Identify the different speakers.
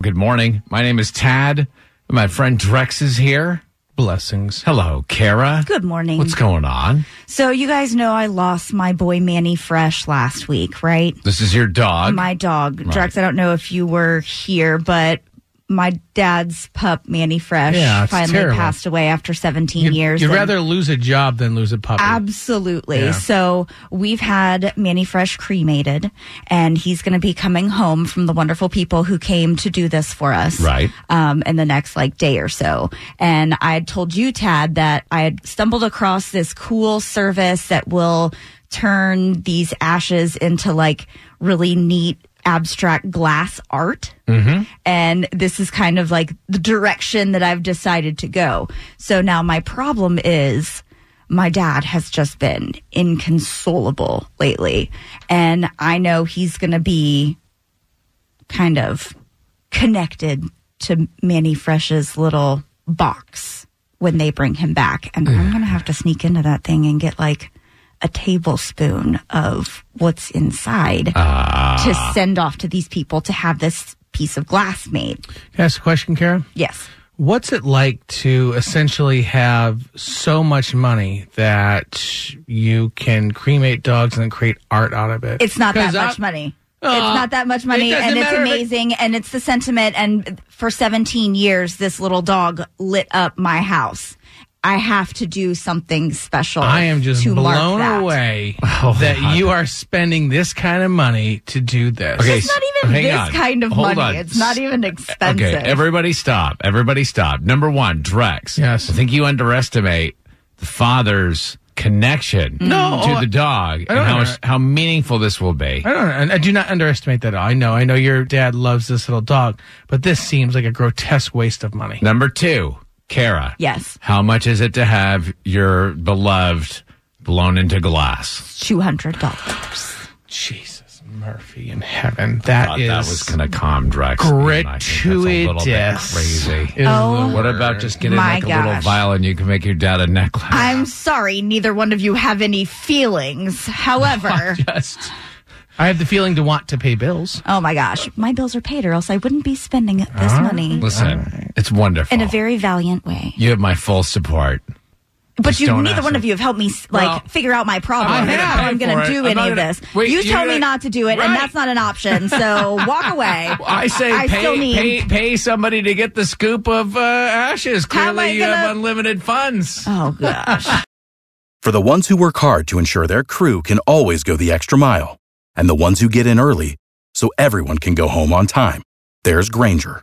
Speaker 1: Good morning. My name is Tad. My friend Drex is here.
Speaker 2: Blessings.
Speaker 1: Hello, Kara.
Speaker 3: Good morning.
Speaker 1: What's going on?
Speaker 3: so, you guys know I lost my boy Manny Fresh last week, right?
Speaker 1: This is your dog.
Speaker 3: My dog, Drex, I don't know if you were here, but my dad's pup, Manny Fresh,
Speaker 2: Yeah, it's
Speaker 3: finally
Speaker 2: terrible.
Speaker 3: passed away after 17 years.
Speaker 2: You'd
Speaker 3: and-
Speaker 2: rather lose a job than lose a puppy.
Speaker 3: Absolutely.
Speaker 2: Yeah.
Speaker 3: So we've had Manny Fresh cremated, and he's going to be coming home from the wonderful people who came to do this for us,
Speaker 1: Right.
Speaker 3: Um, in the next like day or so. And I had told you, Tad, that I had stumbled across this cool service that will turn these ashes into like really neat abstract glass art and this is kind of like the direction that I've decided to go. So now my problem is my dad has just been inconsolable lately, and I know he's going to be kind of connected to Manny Fresh's little box when they bring him back, and I'm going to have to sneak into that thing and get like. A tablespoon of what's inside to send off to these people to have this piece of glass made.
Speaker 2: Can I ask a question, Kara?
Speaker 3: Yes.
Speaker 2: What's it like to essentially have so much money that you can cremate dogs and then create art out of it?
Speaker 3: It's not that
Speaker 2: 'Cause I-
Speaker 3: much money.
Speaker 2: Uh,
Speaker 3: it's not that much money,
Speaker 2: it doesn't
Speaker 3: and it's
Speaker 2: matter if it-
Speaker 3: amazing, and it's the sentiment. And for 17 years, this little dog lit up my house. I have to do something special.
Speaker 2: I am just
Speaker 3: to mark
Speaker 2: blown
Speaker 3: that.
Speaker 2: away
Speaker 1: Oh,
Speaker 2: that
Speaker 1: God.
Speaker 2: you are spending this kind of money to do this.
Speaker 1: Okay,
Speaker 3: It's not even
Speaker 1: Hang
Speaker 3: this
Speaker 1: on.
Speaker 3: kind of
Speaker 1: Hold
Speaker 3: money.
Speaker 1: on.
Speaker 3: It's not even
Speaker 1: Okay,
Speaker 3: expensive.
Speaker 1: everybody stop. Everybody stop. Number one, Drex.
Speaker 2: Yes.
Speaker 1: I think you underestimate the father's connection
Speaker 3: Mm.
Speaker 2: No,
Speaker 1: to
Speaker 2: oh,
Speaker 1: the dog and
Speaker 2: don't
Speaker 1: how,
Speaker 2: under-
Speaker 1: how meaningful this will be.
Speaker 2: I don't. and I do not underestimate that. at all. I know. I know your dad loves this little dog, but this seems like a grotesque waste of money.
Speaker 1: Number two, Kara.
Speaker 3: Yes.
Speaker 1: How much is it to have your beloved blown into glass?
Speaker 3: $200.
Speaker 2: Jesus Murphy in heaven. That
Speaker 1: Thought
Speaker 2: is
Speaker 1: that was going to calm Drex.
Speaker 2: gratuitous.
Speaker 1: Crazy.
Speaker 2: is
Speaker 3: Oh.
Speaker 2: the
Speaker 1: What
Speaker 2: word.
Speaker 1: about just getting
Speaker 3: My
Speaker 1: like a little
Speaker 3: gosh.
Speaker 1: vial and you can make your dad a necklace?
Speaker 3: I'm sorry, neither one of you have any feelings. However,
Speaker 2: just? I have the feeling to want to pay bills.
Speaker 3: oh my gosh, my bills are paid, or else I wouldn't be spending this money
Speaker 1: Listen, it's wonderful.
Speaker 3: in a very valiant way.
Speaker 1: you have my full support.
Speaker 3: But you,
Speaker 1: don't
Speaker 3: neither
Speaker 1: ask
Speaker 3: one
Speaker 1: me.
Speaker 3: of you have helped me like
Speaker 1: Well,
Speaker 3: figure out my problem.
Speaker 1: I'm
Speaker 3: I
Speaker 1: not
Speaker 3: don't know
Speaker 1: gonna
Speaker 3: how
Speaker 1: pay
Speaker 3: I'm going
Speaker 1: for it.
Speaker 3: to do
Speaker 1: I'm
Speaker 3: any
Speaker 1: not
Speaker 3: of
Speaker 1: gonna-
Speaker 3: this.
Speaker 1: Wait,
Speaker 3: you
Speaker 1: you're
Speaker 3: tell me
Speaker 1: gonna-
Speaker 3: not to do it,
Speaker 1: Right.
Speaker 3: and that's not an option. So walk away.
Speaker 1: I say
Speaker 3: I
Speaker 1: pay,
Speaker 3: still need.
Speaker 1: pay pay somebody to get the scoop of uh, ashes.
Speaker 3: How am
Speaker 1: Clearly,
Speaker 3: I
Speaker 1: you have
Speaker 3: gonna-
Speaker 1: unlimited funds.
Speaker 3: Oh gosh.
Speaker 4: For the ones who work hard to ensure their crew can always go the extra mile, and the ones who get in early so everyone can go home on time, there's Granger,